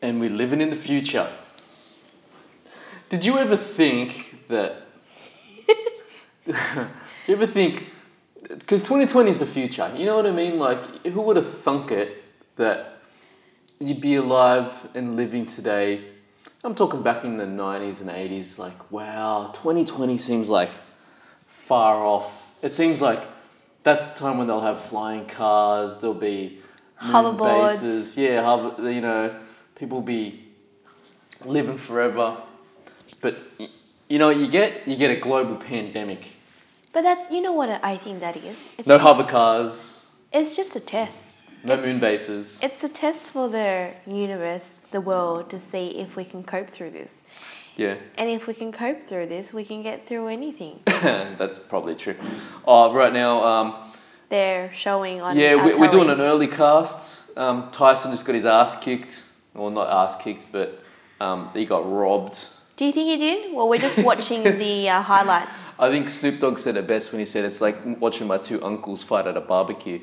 and we're living in the future. Did you ever think that? Do you ever think? Because 2020 is the future. You know what I mean? Like, who would have thunk it that you'd be alive and living today? I'm talking back in the 90s and 80s. Like, wow, 2020 seems like far off. It seems like that's the time when they'll have flying cars. There'll be moon Hoverboards. bases. Yeah, hover, you know, people be living forever. But y- you know what you get? You get a global pandemic. But that's you know what I think that is. It's No just- hover cars, It's just a test. no moon bases. It's a test for the universe, the world, to see if we can cope through this. Yeah, And if we can cope through this, we can get through anything. that's probably true. Oh, right now, um, They're showing on. yeah, our we, we're doing an telly. early cast. Um, Tyson just got his ass kicked. Well, not ass kicked, but um, he got robbed. Do you think you did? Well, we're just watching the uh, highlights. I think Snoop Dogg said it best when he said it's like watching my two uncles fight at a barbecue.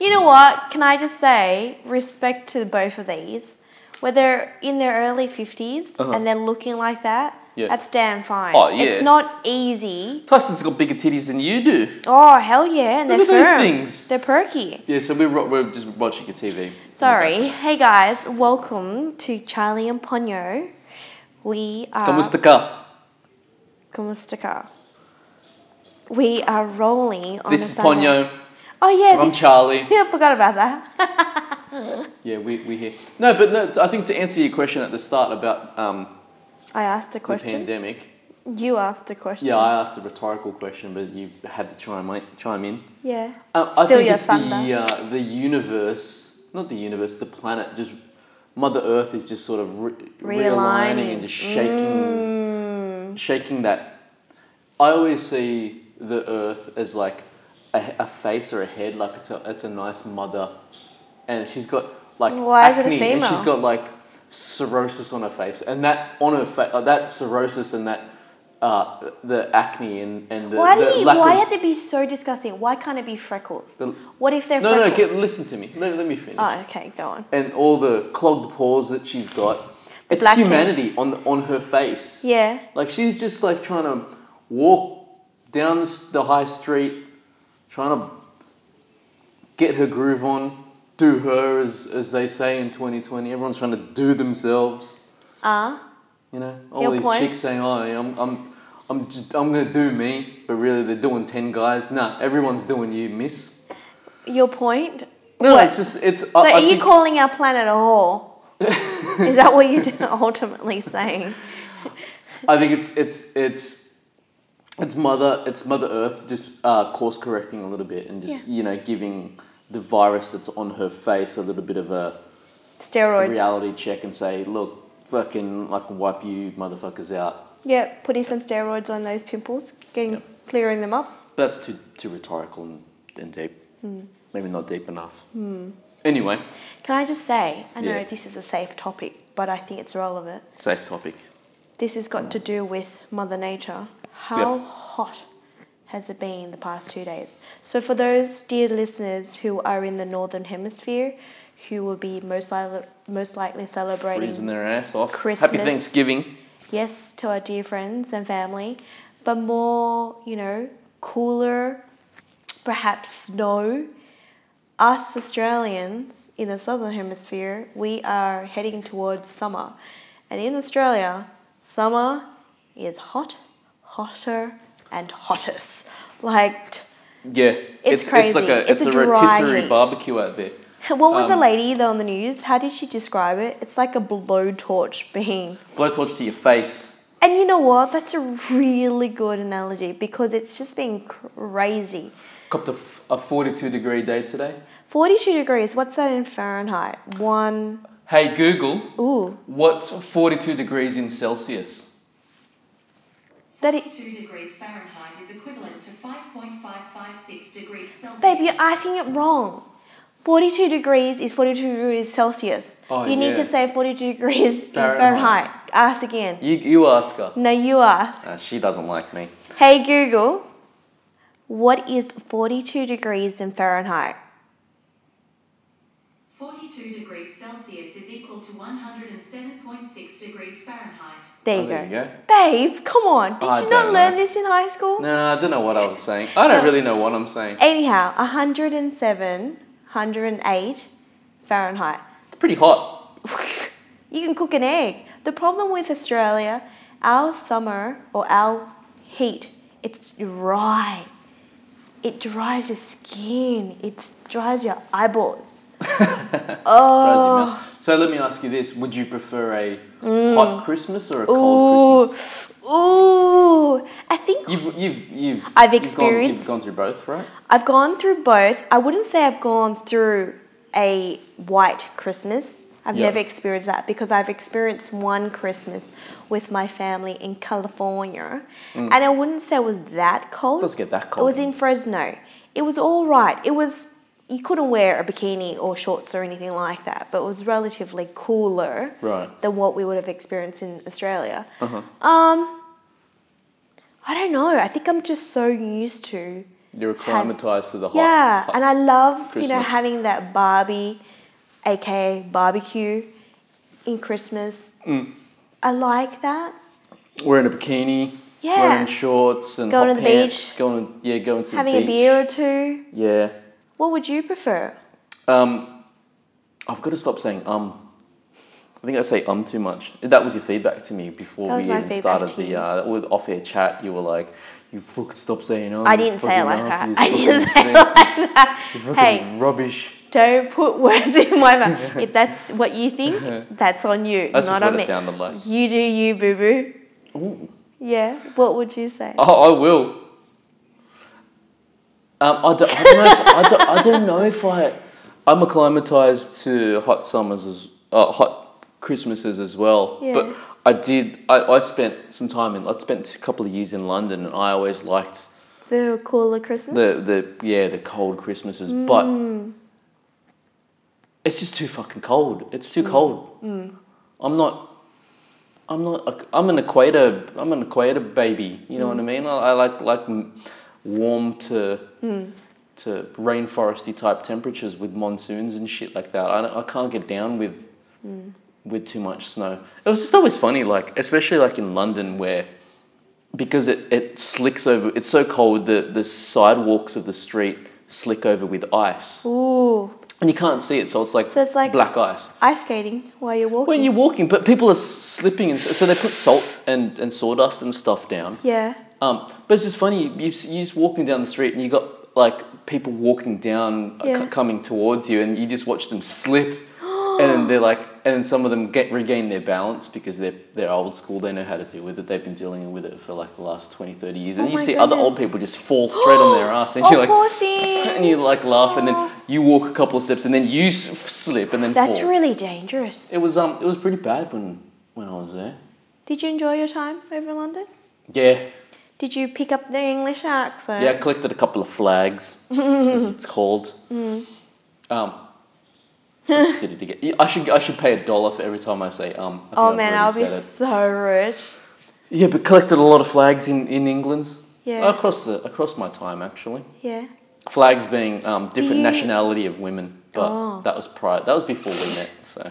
You know what? Can I just say respect to both of these? Where they're in their early 50s Uh-huh. and they're looking like that, Yeah. that's damn fine. Oh, yeah. It's not easy. Tyson's got bigger titties than you do. Oh, hell yeah. And Look at they're those firm. things. They're perky. Yeah, so we're, ro- we're just watching a TV. Sorry. Hey guys, welcome to Charlie and Ponyo. We are Kamusta ka? Kamusta ka? We are rolling on This a is Sunday. Ponyo. Oh yeah, I'm this- Charlie. yeah, I forgot about that. Yeah, we we here. No, but no, I think to answer your question at the start about um, I asked a the question. pandemic. You asked a question. Yeah, I asked a rhetorical question, but you had to chime i- chime in. Yeah. Um, I Steal think your it's the thunder. uh, the universe, not the universe, the planet. Just Mother Earth is just sort of re- realigning Realigning. and just Mm. shaking, shaking that. I always see the Earth as like a, a face or a head, like it's a it's a nice mother, and she's got like Why is it a acne, and she's female? got like cirrhosis on her face, and that on her face, uh, that cirrhosis and that. Uh, the acne and, and the, Why do the you, lack why of have to be so disgusting? Why can't it be freckles? The- what if they're no, freckles? no, get, listen to me. Let, let me finish. Oh, okay, go on. And all the clogged pores that she's got. It's black humanity on the, on her face. Yeah. Like she's just like trying to walk down the, s- the high street, trying to get her groove on, do her as, as they say in 2020. Everyone's trying to do themselves. Uh, You know, all Your these point. chicks saying, "Oh, yeah, I'm, I'm, I'm just, I'm gonna do me," but really they're doing ten guys. Nah, everyone's doing you, miss. your point. No, What? it's just it's. So are you calling our planet a whore? Is that what you're ultimately saying? I think it's it's it's it's mother it's Mother Earth just uh, course correcting a little bit and just you know giving the virus that's on her face a little bit of a Steroids. reality check and say, look, fucking like wipe you motherfuckers out. Yeah, putting some steroids on those pimples, getting clearing them up. That's too too rhetorical and, and deep. Hmm. Maybe not deep enough. Anyway, Can I just say, I know Yeah. this is a safe topic, but I think it's relevant. safe topic. This has Mm. got to do with Mother Nature. How hot has it been the past two days? So, for those dear listeners who are in the Northern Hemisphere, who will be most, li- most likely celebrating Freezing their ass off. Happy Christmas. Thanksgiving. yes to our dear friends and family, but more, you know, cooler, perhaps snow. Us Australians in the southern hemisphere, we are heading towards summer. And in Australia, summer is hot, hotter, and hottest. Like, Yeah, It's It's like crazy. a it's, It's a, a dry rotisserie heat. barbecue out there. what was the lady though on the news? How did she describe it? It's like a blowtorch being Blowtorch to your face. And you know what? That's a really good analogy because it's just been crazy. Copped a, f- a 42 degree day today. 42 degrees, what's that in Fahrenheit? One, Hey Google, ooh, what's 42 degrees in Celsius? that it, 2 degrees Fahrenheit is equivalent to 5.556 degrees Celsius. babe, you're asking it wrong. 42 degrees is 42 degrees Celsius. Oh, you need to yeah. say 42 Fahrenheit. degrees in Fahrenheit. Ask again. You, you ask her. No, you ask. Uh, she doesn't like me. Hey Google, what is 42 degrees in Fahrenheit? 42 42 degrees Celsius is equal to 107.6 degrees Fahrenheit. There you, Oh, go. there you go. Babe, come on. Did I you not don't learn know. this in high school? Nah, I don't know what I was saying. I don't So- really know what I'm saying. Anyhow, 107, 108 Fahrenheit. It's pretty hot. you can cook an egg. The problem with Australia, our summer or our heat, it's dry. It dries your skin. It dries your eyeballs. Crazy Oh. Mm. man. So let me ask you this: Would you prefer a hot Christmas or a cold Christmas? Ooh. Ooh. I think You've you've you've I've you've gone- experienced- you've gone through both, right? I've gone through both. I wouldn't say I've gone through a white Christmas. I've Yeah. never experienced that because I've experienced one Christmas with my family in California. And I wouldn't say it was that cold. It Mm. does get that It was cold. in Fresno. It was all right. It was you couldn't wear a bikini or shorts or anything like that, but it was relatively cooler Right. Uh-huh. than what we would have experienced in Australia. Um I don't know. I think I'm just so used to You're acclimatized to the hot. yeah, hot- and I love you know Christmas. having that Barbie, aka barbecue, in Christmas. Mm. I like that. wearing a bikini, Yeah. wearing shorts and Going hot to the pants, beach. going yeah, going to having the beach. a beer or two. Yeah. What would you prefer? Um, I've got to stop saying um. I think I say um too much. That was your feedback to me That before was we my even feedback started to the you. uh, with off-air chat. You were like, "You fucking stop saying um." I you didn't say fucking it like that. arse, I you didn't fucking say it like sexy, that. you fucking Hey, rubbish. don't put words in my mouth. If that's what you think, that's on you, That's just what not on it me. sounded like. You do you, boo boo. Ooh. Yeah. What would you say? Oh, I will. Um, I, don't, I, don't know if, I, don't, I don't know if I. I'm acclimatized to hot summers as uh, hot Christmases as well. Yeah. But I did. I, I spent some time in. I spent a couple of years in London, and I always liked The cooler Christmas. the the yeah the cold Christmases. But it's just too fucking cold. It's too cold. I'm not. I'm not. a- I'm an equator. I'm an equator baby. You know what I mean? I, I like like m- warm to to rainforesty type temperatures with monsoons and shit like that. I, don't- I can't get down with Mm. with too much snow. It was just always funny, like especially like in London where because it, it slicks over. It's so cold that the sidewalks of the street slick over with ice, Ooh, and you can't see it. So it's like, So it's like- black ice. ice skating while you're walking. When you're walking, but people are s- slipping, and so they put salt and, and sawdust and stuff down. yeah. Um, but it's just funny. You, you s- you're just walking down the street, and you got like people walking down, uh, c- Yeah. coming towards you, and you just watch them slip, and then they're like, and then some of them get regain their balance because they're they're old school. They know how to deal with it. They've been dealing with it for like the last 20, 30 years, and Oh you my see other old goodness. people just fall straight on their ass, and oh, you're like. poor thing. And you like laugh, and Aw. then you walk a couple of steps, and then you s- slip, and then That's fall. really dangerous. It was um, it was pretty bad when when I was there. Did you enjoy your time over in London? Yeah, Did you pick up the English accent? yeah, I collected a couple of flags. as it's called. Mm. Um, I just did it again. I should I should pay a dollar for every time I say um. I think Oh I've man, already I'll be said it. so rich. Yeah, but collected a lot of flags in in England. Yeah. Across the across my time actually, Yeah. flags being um, different you- nationality of women, but Oh. that was prior. That was before we met, so.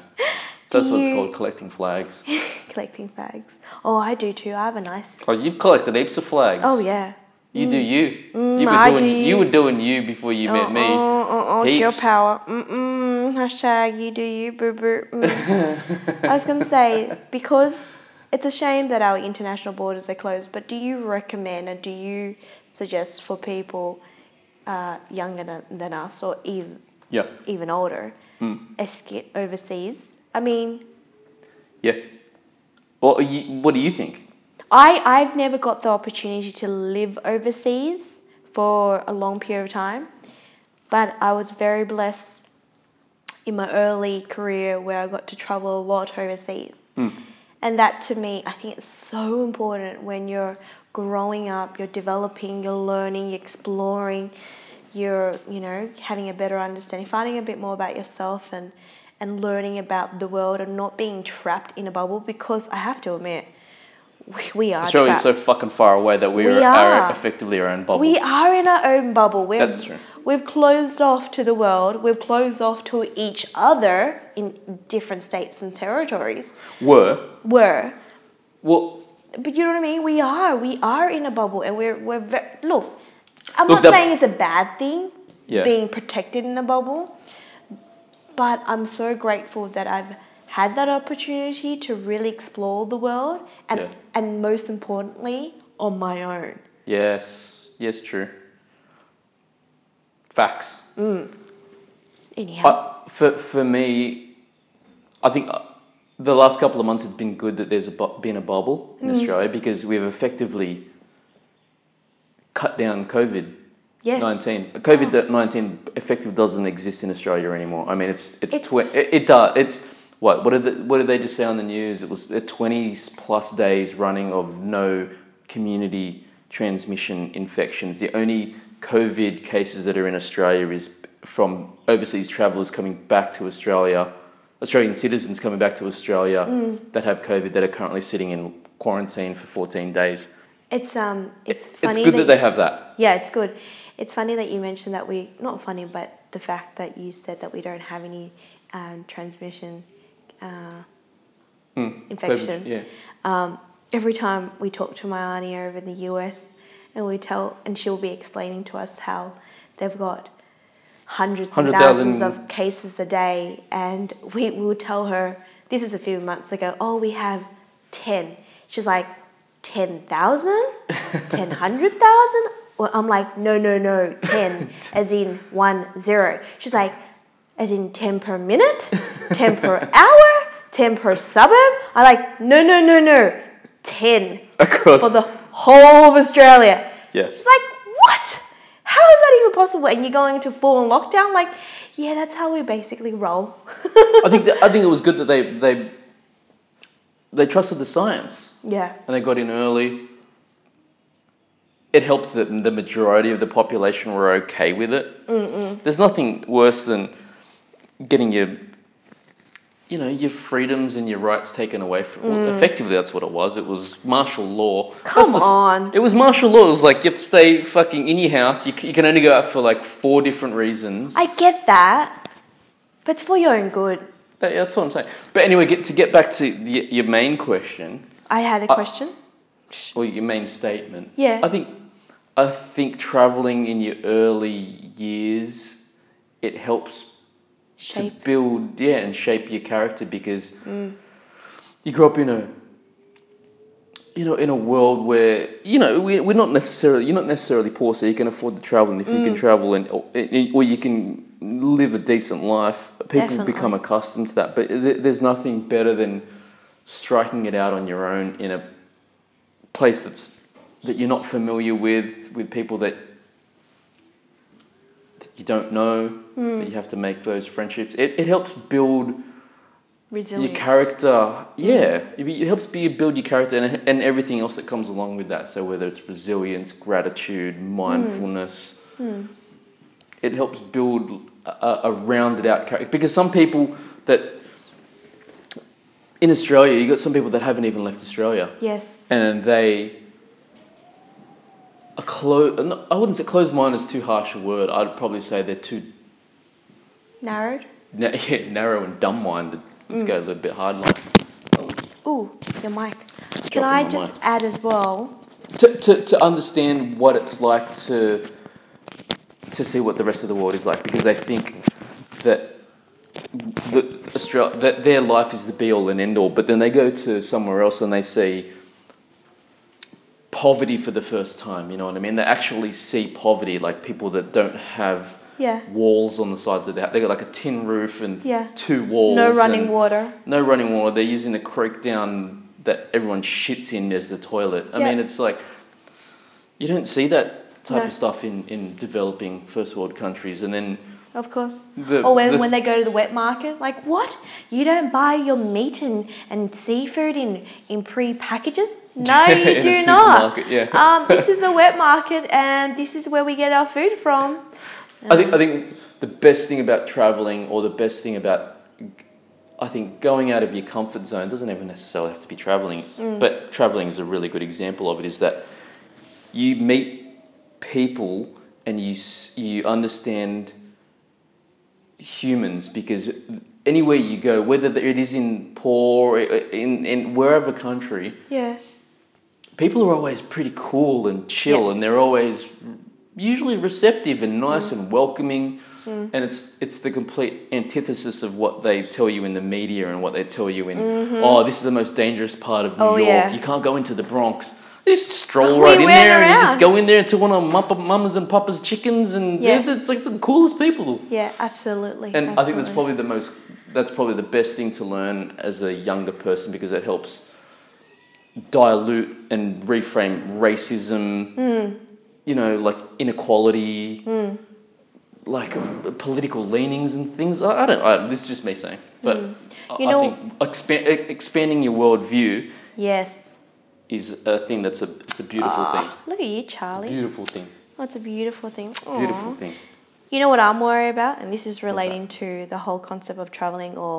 That's what you- it's called, collecting flags. Collecting flags. Oh, I do too. I have a nice. Oh, you've collected heaps of flags. Oh yeah. Mm. You do you. you were I doing do. you were doing you before you oh, met me. Oh, oh, oh, girl Heaps. power. Mm-mm. Hashtag you do you, boo boo. Mm. I was gonna say because it's a shame that our international borders are closed. But do you recommend and do you suggest for people uh, younger than, than us or even Yeah. mm. even older escape overseas? I mean, Yeah. Well, you, what do you think? I, I've never got the opportunity to live overseas for a long period of time, but I was very blessed in my early career where I got to travel a lot overseas. And that to me, I think it's so important when you're growing up, you're developing, you're learning, you're exploring, you're, you know, having a better understanding, finding a bit more about yourself and and learning about the world and not being trapped in a bubble because I have to admit we, we are Australia is trapped. so fucking far away that we, are, We are are. effectively our own bubble. we are in our own bubble. We're, That's true. We've closed off to the world. We've closed off to each other in different states and territories. Were We're, well. but you know what I mean. We are. We are in a bubble, and we're we're ve look. I'm Look, not that- saying it's a bad thing Yeah. being protected in a bubble, but I'm so grateful that I've had that opportunity to really explore the world and Yeah. and most importantly on my own. Yes. Yes. True. Facts. Anyhow. I, for for me, I think uh, the last couple of months have been good that there's a, bu- been a bubble Mm. in Australia because we've effectively cut down COVID Yes. nineteen. COVID nineteen effectively doesn't exist in Australia anymore. I mean, it's it's, It's- twe- it, it does it's. What, what, did the, what did they just say on the news? It was uh, 20 plus days running of no community transmission infections. The only COVID cases that are in Australia is from overseas travellers coming back to Australia, Australian citizens coming back to Australia Mm. that have COVID that are currently sitting in quarantine for 14 days. It's um it's It's funny good that that they have that. yeah, it's good. It's funny that you mentioned that we not funny, but the fact that you said that we don't have any um, transmission uh, infection. Mm. Yeah. um, every time we talk to my auntie over in the US, and we tell, and she'll be explaining to us how they've got hundreds and 100,000 thousands of cases a day, and we will tell her this is a few months ago. Oh, we have ten. She's like, ten thousand, ten hundred thousand. Well, I'm like, no, no, no, ten, as in one zero. She's like, as in 10 per minute, 10 per hour, 10 per suburb. I like, no, no, no, no, 10 Across. for the whole of Australia. Yeah. She's like, what? How is that even possible? And you're going to full lockdown? Like, yeah, that's how we basically roll. I think that, I think it was good that they they they trusted the science yeah. and they got in early. It helped that the majority of the population were okay with it. Mm-mm. There's nothing worse than getting your you know your freedoms and your rights taken away from. Well, effectively, that's what it was. It was martial law. Mm. Come That's the- on. It was martial law. It was like you have to stay fucking in your house. You, c- you can only go out for like four different reasons. I get that, but it's for your own good. That- that's what I'm saying. But anyway, get, to get back to y- your main question I had a Uh, question. or your main statement. Yeah. I think I think traveling in your early years it helps Shape. Mm. to build yeah and shape your character because you grow up in a you know in a world where you know we, we're not necessarily you're not necessarily poor so you can afford to travel and if you can travel and or, eh, or you can live a decent life people Definitely. become accustomed to that but th- there's nothing better than striking it out on your own in a place that's that you're not familiar with with people that that you don't know that you have to make those friendships it, it helps build Resilient. your character yeah it, be- it helps be build your character and, and everything else that comes along with that so whether it's resilience gratitude mindfulness it helps build a- a, a rounded out character because some people that in australia you've got some people that haven't even left australia yes. and they are close. I wouldn't say closed minded is too harsh a word. I'd probably say they're too Narrowed. na- yeah, narrow and dumb minded. Let's go a little bit hard line. Ooh, your mic. Can Dropping I my just mic. add as well? To, to, to understand what it's like to to see what the rest of the world is like because they think that the Austra- that their life is the be all and end all, but then they go to somewhere else and they see poverty for the first time, you know what I mean? They actually see poverty, like people that don't have Yeah. walls on the sides of their house. They got like a tin roof and Yeah. two walls. No running and water. No running water. They're using the creek down that everyone shits in as the toilet. I Yeah. mean, it's like you don't see that type No. of stuff in, in developing first world countries. And then Of course. The- or when, the- when they go to the wet market, like what? You don't buy your meat and, and seafood in, in pre packages? No, Yeah, in you a do not. supermarket, yeah. um, this is a wet market and this is where we get our food from. I think I think the best thing about traveling, or the best thing about I think going out of your comfort zone doesn't even necessarily have to be traveling, but traveling is a really good example of it. Is that you meet people and you s- you understand humans because anywhere you go, whether it is in poor in in wherever country, Yeah. people are always pretty cool and chill Yeah. and they're always usually receptive and nice Mm. and welcoming and it's it's the complete antithesis of what they tell you in the media and what they tell you in oh this is the most dangerous part of New Mm-hmm. York Oh, yeah. you can't go into the Bronx They just stroll We right in went there and you around. just go in there and turn on mumpa- mamas and papas chickens and Yeah. yeah. it's like the coolest people Yeah, absolutely. and I think that's absolutely. probably the most that's probably the best thing to learn as a younger person because it helps dilute and reframe racism, Hmm. you know, like inequality, like uh, political leanings and things. I, I don't. I, this is just me saying, but I- Hmm. You I, know- think expa- e- expanding your worldview Yes. is a thing that's a it's a beautiful Ah, look at you, thing. Charlie. Beautiful thing. Oh, it's a beautiful thing. Beautiful Aw. thing. You know what I'm worried about, and this is relating to the whole concept of traveling or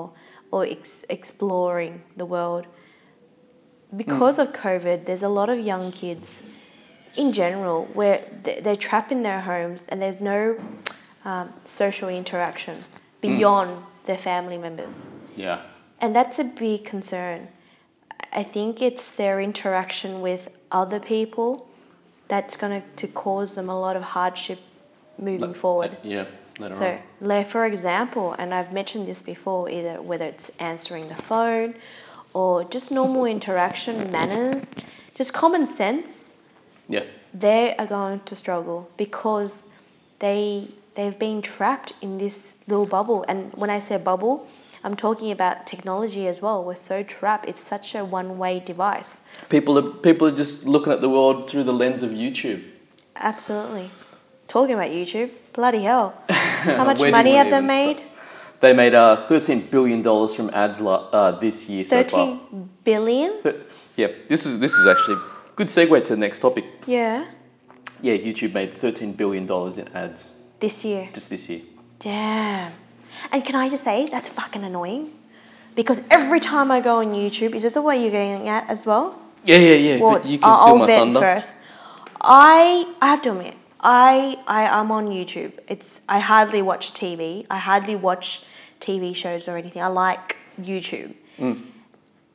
or ex- exploring the world. Because of COVID, there's a lot of young kids, in general, where they- they're trapped in their homes and there's no um, social interaction beyond their family members. Yeah. And that's a big concern. I think it's their interaction with other people that's going to cause them a lot of hardship moving forward. Yeah. Later So, like for example, and I've mentioned this before, either whether it's answering the phone or just normal interaction manners, just common sense, Yeah. they are going to struggle because they they've been trapped in this little bubble. And when I say bubble, I'm talking about technology as well. We're so trapped. It's such a one-way device. People are people are just looking at the world through the lens of YouTube. Absolutely. Talking about YouTube, bloody hell! How much Where do money we have they even made? start? They made uh, thirteen billion dollars from ads lo- uh, this year so far. Thirteen billion. Th- yeah, this is this is actually good segue to the next topic. Yeah. Yeah, YouTube made thirteen billion dollars in ads This year. just this year. Damn. And can I just say, that's fucking annoying. Because every time I go on YouTube, is this the way you're going at as well? Yeah, yeah, yeah. Well, but you can I'll- steal I'll my vent thunder. first. I, I have to admit, I, I am on YouTube. It's, I hardly watch TV. I hardly watch TV shows or anything. I like YouTube. Hmm.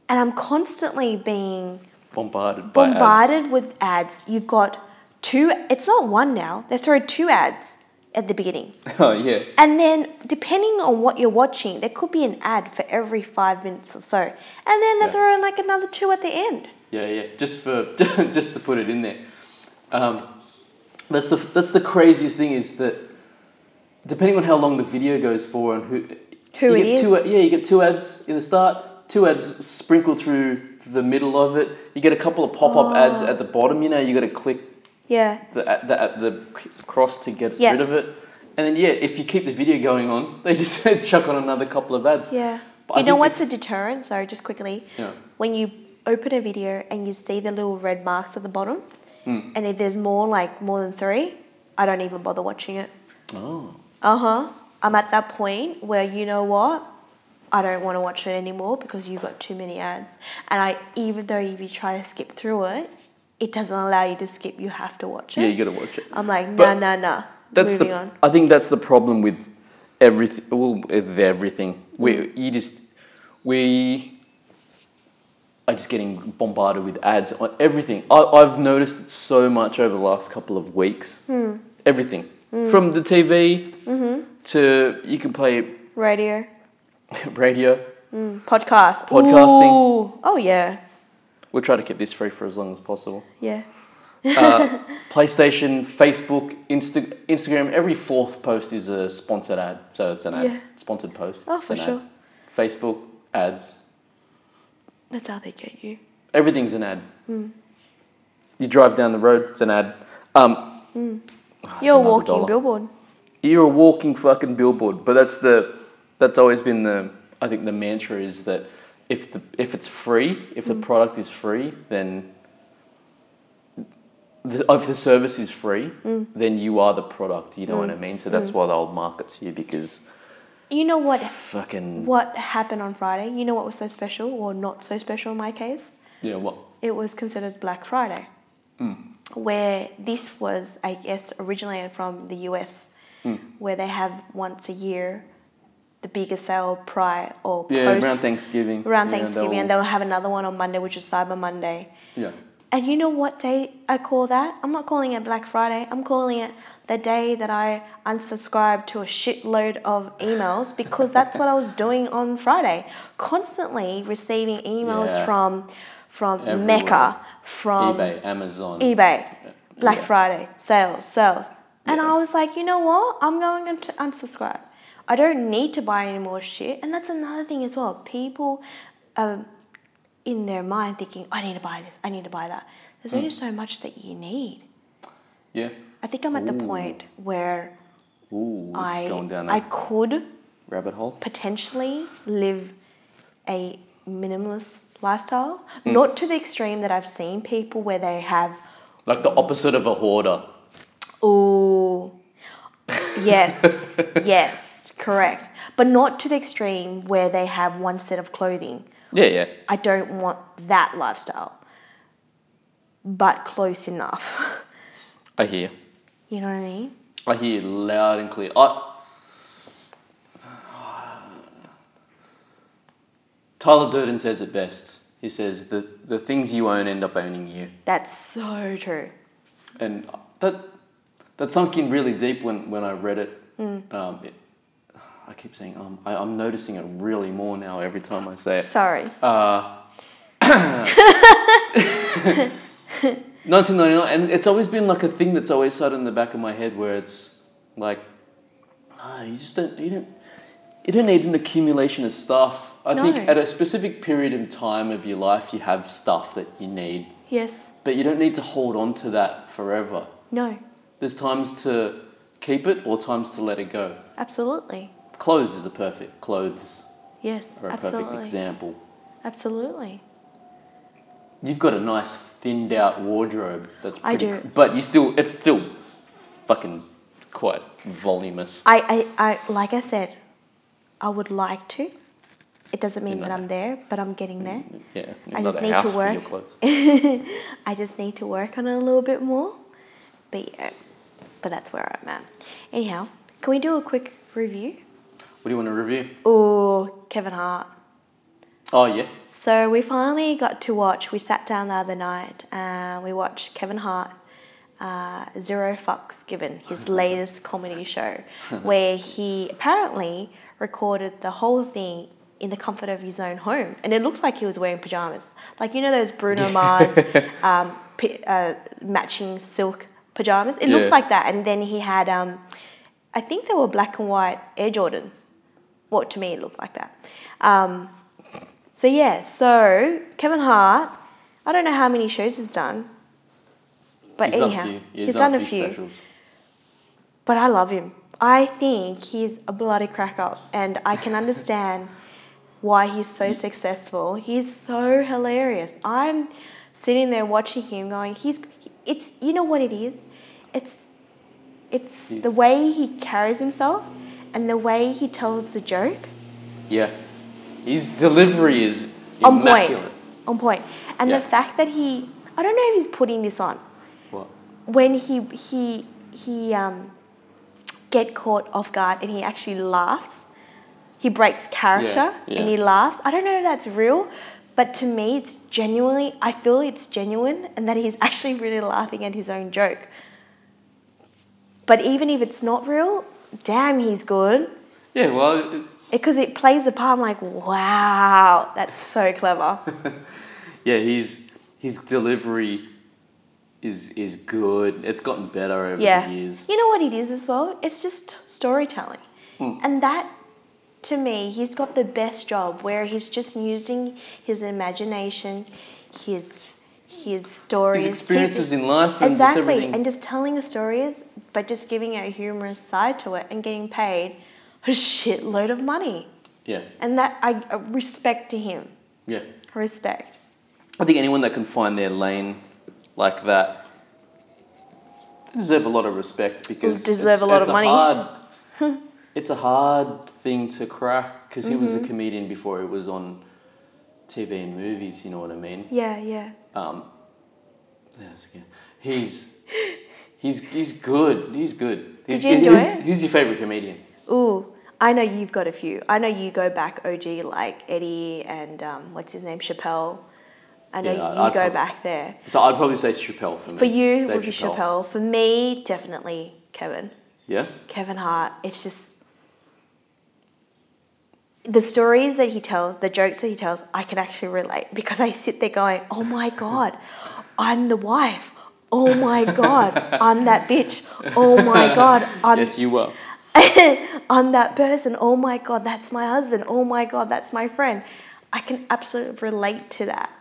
And I'm constantly being Bombarded by ads. bombarded with ads. You've got two, it's not one now, they throw two ads at the beginning. Oh yeah, And then, depending on what you're watching, there could be an ad for every five minutes or so. And then they Yeah. throw in like another two at the end. yeah, yeah. Just for just to put it in there. Um, that's the that's the craziest thing is that depending on how long the video goes for and who Who you it get is. two yeah you get two ads in the start two ads sprinkled through the middle of it you get a couple of pop Oh. up ads at the bottom you know you got to click Yeah. the the, at the c- cross to get Yeah. rid of it and then yeah if you keep the video going on they just chuck on another couple of ads Yeah. But I you know think what's a it's- deterrent? Sorry, just quickly. Yeah. When you open a video and you see the little red marks at the bottom, Hmm. and if there's more, like more than three, I don't even bother watching it. oh Uh huh. I'm at that point where you know what? I don't want to watch it anymore because you've got too many ads. And I, even though if you try to skip through it, it doesn't allow you to skip. You have to watch it. yeah you got to watch it I'm like, nah, But nah, nah. that's Moving the on. I think that's the problem with everything well with everything we Mm. you just we are just getting bombarded with ads on everything I, I've noticed it so much over the last couple of weeks Hmm. everything from the TV Mm-hmm. to you can play Radio, radio Mm. podcast, Podcasting. Ooh. Oh yeah, we'll try to keep this free for as long as possible yeah. uh, PlayStation, Facebook, Insta- Instagram. Every fourth post is a sponsored ad, so it's an ad. Yeah. Sponsored post. Oh, It's for an ad. sure. Facebook ads. That's how they get you. Everything's an ad. Hmm. You drive down the road, it's an ad. Um, it's Hmm. You're a another walking dollar. billboard. You're a walking fucking billboard. But that's the that's always been the I think the mantra is that if the if it's free, if Mm. the product is free, then the, if the service Mm. is free, then you are the product. You know what I mean? So that's why they'll market to you because You know what? Fucking. What happened on Friday? You know what was so special, or not so special in my case? Yeah, what? It was considered Black Friday, Hmm. where this was, I guess, originated from the US, Hmm. where they have once a year the biggest sale prior or Yeah, post around Thanksgiving. around yeah, they'll- Thanksgiving, and they'll have another one on Monday, which is Cyber Monday. Yeah. And you know what day I call that? I'm not calling it Black Friday. I'm calling it the day that I unsubscribed to a shitload of emails because that's what I was doing on Friday. Constantly receiving emails Yeah. from from Everywhere. Mecca, from eBay, Amazon. um, eBay, Black Yeah. Friday, sales, sales. And Yeah. I was like, you know what? I'm going to unsubscribe. I don't need to buy any more shit. And that's another thing as well. People are in their mind thinking, I need to buy this, I need to buy that. There's only Mm. so much that you need. Yeah. I think I'm at the Ooh. point where Ooh, this I, is going down a I could rabbit hole. potentially live a minimalist lifestyle. Hmm. Not to the extreme that I've seen people where they have Like the opposite of a hoarder. Ooh. Yes. yes. Correct. But not to the extreme where they have one set of clothing. Yeah, yeah. I don't want that lifestyle. But close enough. I hear. You know what I mean? I hear loud and clear. I. Tyler Durden says it best. He says the the things you own end up owning you, That's so true. and that that sunk in really deep when when I read it. Um, it I keep saying um, I, I'm noticing it really more now every time I say it. Sorry. Uh, 1999, and it's always been like a thing that's always sat in the back of my head where it's like, no, you just don't, you don't, you don't need an accumulation of stuff. I think No. at a specific period in time of your life, you have stuff that you need, Yes. but you don't need to hold on to that forever. No. There's times to keep it or times to let it go. Absolutely. Clothes is a perfect, clothes Yes. are a perfect Absolutely. example. Absolutely. You've got a nice thinned out wardrobe. That's I pretty do. cr- but you still, it's still fucking quite voluminous. I, I, I like I said, I would like to. It doesn't mean You're that not- I'm there, but I'm getting there. Yeah, I not just a need to house for work. your clothes. I just need to work on it a little bit more. But yeah, but that's where I'm at. Anyhow, can we do a quick review? What do you want to review? Oh, Kevin Hart. Oh yeah, So we finally got to watch. We sat down the other night and we watched Kevin Hart. Uh, Zero fucks given his latest comedy show, where he apparently recorded the whole thing in the comfort of his own home, and it looked like he was wearing pajamas, like you know those Bruno Mars um, p- uh, matching silk pajamas. It looked Yeah. like that, and then he had, um, I think they were black and white Air Jordans. Well, to me, it looked like that. Um, so yeah, so Kevin Hart, I don't know how many shows he's done, but he's anyhow, done a few. Yeah, he's done a few. specials. But I love him. I think he's a bloody crack up, and I can understand why he's so successful. He's so hilarious. I'm sitting there watching him, going, "He's, it's you know what it is, it's, it's the He's- way he carries himself, and the way he tells the joke." Yeah, his delivery is on immaculate. point. On point. And the Yeah. fact that he, I don't know if he's putting this on. What? When he he he um, get caught off guard and he actually laughs, he breaks character yeah. and he laughs. I don't know if that's real, but to me, it's genuinely. I feel it's genuine and that he's actually really laughing at his own joke. But even if it's not real, damn, he's good Yeah, well, it- because it plays a part. I'm like, wow, that's so clever. yeah, he's his delivery is is good. It's gotten better over yeah. the years. You know what it is as well? It's just storytelling. Hmm. And that, to me, he's got the best job where he's just using his imagination, his his stories, His experiences in life and just exactly, everything. and just telling the stories, but just giving it a humorous side to it and getting paid a shitload of money. yeah, And that I I respect to him. yeah. Respect. I think anyone that can find their lane like that they deserve a lot of respect because deserve a lot of a money. Hard, it's a hard thing to crack because he was Mm-hmm. a comedian before it was on TV and movies. You know what I mean? Yeah, yeah. Um, yes, again. He's he's he's good. He's good. He's, you enjoy who's, it? Who's your favorite comedian? Ooh, I know you've got a few. I know you go back OG like Eddie and um, what's his name, Chappelle. I know Yeah, you, I'd- you I'd go prob- back there. So I'd probably say Chappelle for me. For you, it Dave would be Chappelle. For me, definitely Kevin. Yeah. Kevin Hart. It's just the stories that he tells, the jokes that he tells, I can actually relate because I sit there going, "Oh my god, I'm the wife. Oh my god, I'm that bitch. Oh my god, I'm yes, you were. I'm that person. Oh my god, that's my husband. Oh my god, that's my friend. I can absolutely relate to that.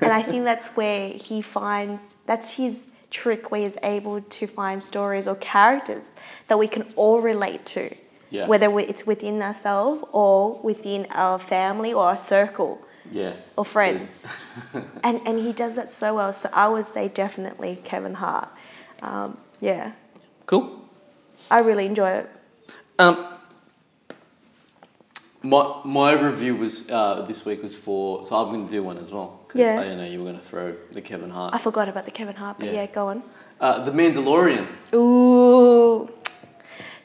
and I think that's where he finds that's his trick where he's able to find stories or characters that we can all relate to. Yeah. Whether we- it's within ourselves or within our family or our circle Yeah. or friend. and and he does that so well. So I would say definitely Kevin Hart. Um, yeah. Cool. I really enjoy it. Um, my my review was uh, this week was for so I'm going to do one as well because Yeah. I didn't know you were going to throw the Kevin I Hart, forgot about the Kevin Hart, but Yeah. yeah go on. uh, the Mandalorian. Ooh.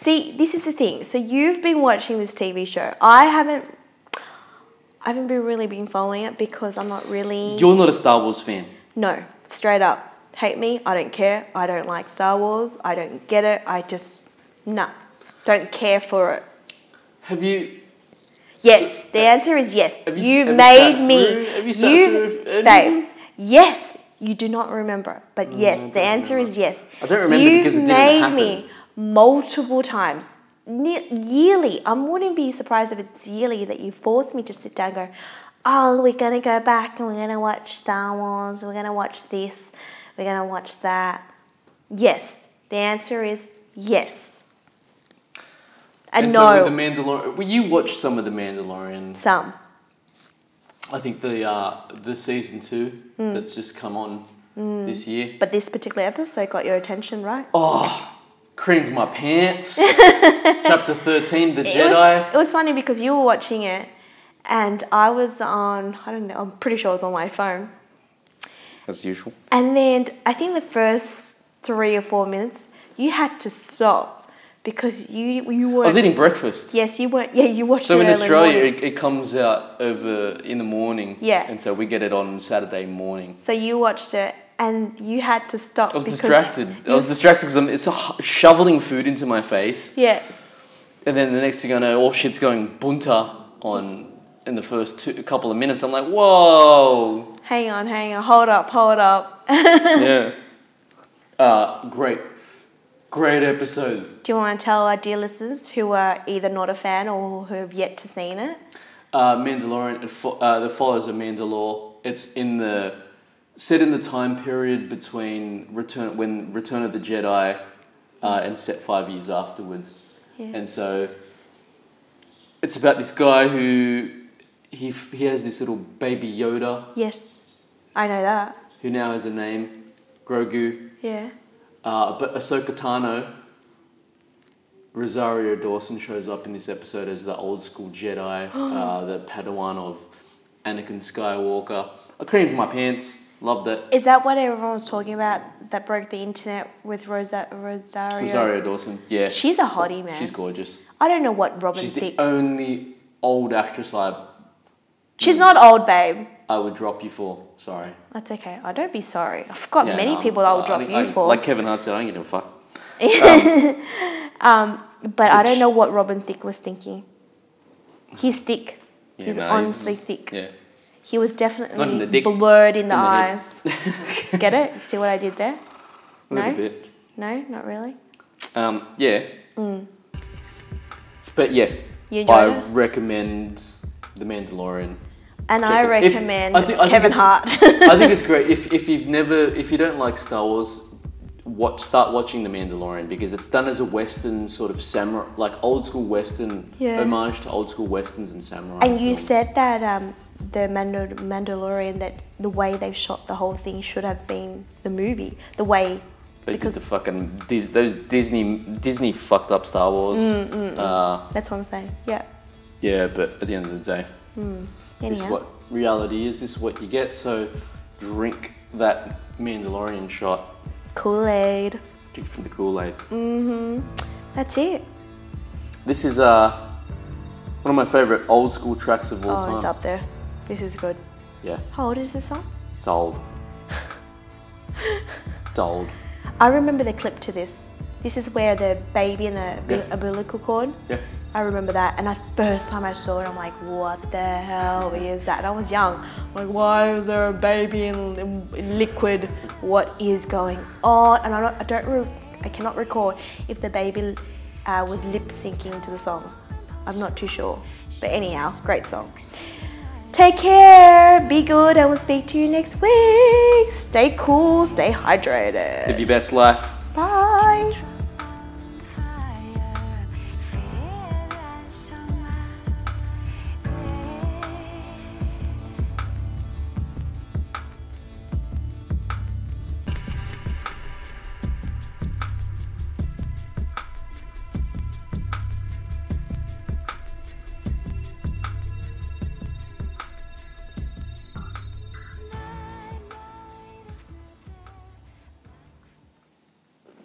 See, this is the thing. So you've been watching this TV show. I haven't. I haven't been really been following it because I'm not really. You're not a Star Wars fan. no, straight up, hate me. I don't care. I don't like Star Wars. I don't get it. I just nah, don't care for it. Have you? Yes, the answer is yes. Have you s- you have you made sat me. through- have you sat through any of babe, them? yes, you do not remember, but Mm, yes, the answer is yes. I don't remember you because it didn't made happen. me multiple times. Ne- yearly, I wouldn't be surprised if it's yearly that you force me to sit down and go, oh, we're going to go back and we're going to watch Star Wars, we're going to watch this, we're going to watch that. Yes, the answer is yes. And, so with Uh, no, the Mandalorian. Well, you watched some of the Mandalorian. some. I think the uh, the season two Hmm. that's just come on this year. But this particular episode got your attention, right? Oh, creamed my pants. Chapter thirteen, the It was, Jedi. it was funny because you were watching it, and I was on. I don't know. I'm pretty sure I was on my phone. As usual. And then I think the first three or four minutes, you had to stop because you you I was were. eating breakfast. Yes, you weren't. Yeah, you watched So it in early Australia, morning. it, it comes out over in the morning. Yeah. And so we get it on Saturday morning. So you watched it, and you had to stop. I was because distracted. you I was distracted because it's h- shoveling food into my face, Yeah, and then the next thing I know, all shit's going bunta on in the first two, couple of minutes. I'm like, whoa, hang on, hang on, hold up, hold up. yeah. Uh, great, great episode. Do you want to tell our dear listeners who are either not a fan or who have yet to seen it? Uh, Mandalorian. It fo- uh, that follows a Mandalore. It's in the set in the time period between Return when Return of the Jedi uh, and set five years afterwards. Yeah. And so it's about this guy who he, f- he has this little baby Yoda Yes, I know that. who now has a name, Grogu. Yeah. Uh, but Ahsoka Tano, Rosario Dawson shows up in this episode as the old school Jedi, uh, the Padawan of Anakin Skywalker. I creamed my pants, loved it. Is that what everyone was talking about that broke the internet with Rosa- Rosario? Rosario Dawson, yeah, Oh, She's a hottie, man. she's gorgeous. I don't know what Robin She's Thicke. the only old actress I, she's not old, babe. I would drop you for. Sorry. That's okay. I don't be sorry. I've got Yeah, many no, people I'm- I will I drop don't- you I- for. Like Kevin Hart said, I don't give a fuck. Um, but I don't which- know what Robin Thicke was thinking. He's thick. Yeah, he's no, honestly thick. Yeah. He was definitely Not in the dick, blurred in the in the head. eyes. Get it? You see what I did there? A little No? bit. No, not really. Um, yeah. But yeah, Mm. You enjoyed I it? recommend The Mandalorian. And Check I it. If- recommend I think- I think Kevin it's- Hart. I think it's great if, if you've never if you don't like Star Wars, watch start watching The Mandalorian because it's done as a Western sort of samurai, like old school Western Yeah. homage to old school Westerns and samurai. And you films. said that um, the Mandal- Mandalorian, that the way they've shot the whole thing should have been the movie, the way They Because- did the fucking Dis- those Disney Disney fucked up Star Wars. Mm, Uh, That's what I'm saying. Yeah. yeah, but at the end of the day, this is Anyhow. what reality is. This is what you get. So drink that Mandalorian shot. Kool Aid. Drink from the Kool Aid. Mm. That's it. This is uh, one of my favorite old school tracks of all oh, time. it's up there. This is good. Yeah, How old is this song? it's old. it's old. I remember the clip to this. This is where the baby and the Yeah. yeah. umbilical cord. Yeah. I remember that, and the first time I saw it, I'm like, what the hell is that? And I was young. I'm like, why is there a baby in, in, in liquid? What is going on? And I don't, I don't, re- I cannot recall if the baby uh, was lip syncing to the song. I'm not too sure. But anyhow, great song. Take care, be good, and we'll speak to you next week. Stay cool, stay hydrated. Live your best life.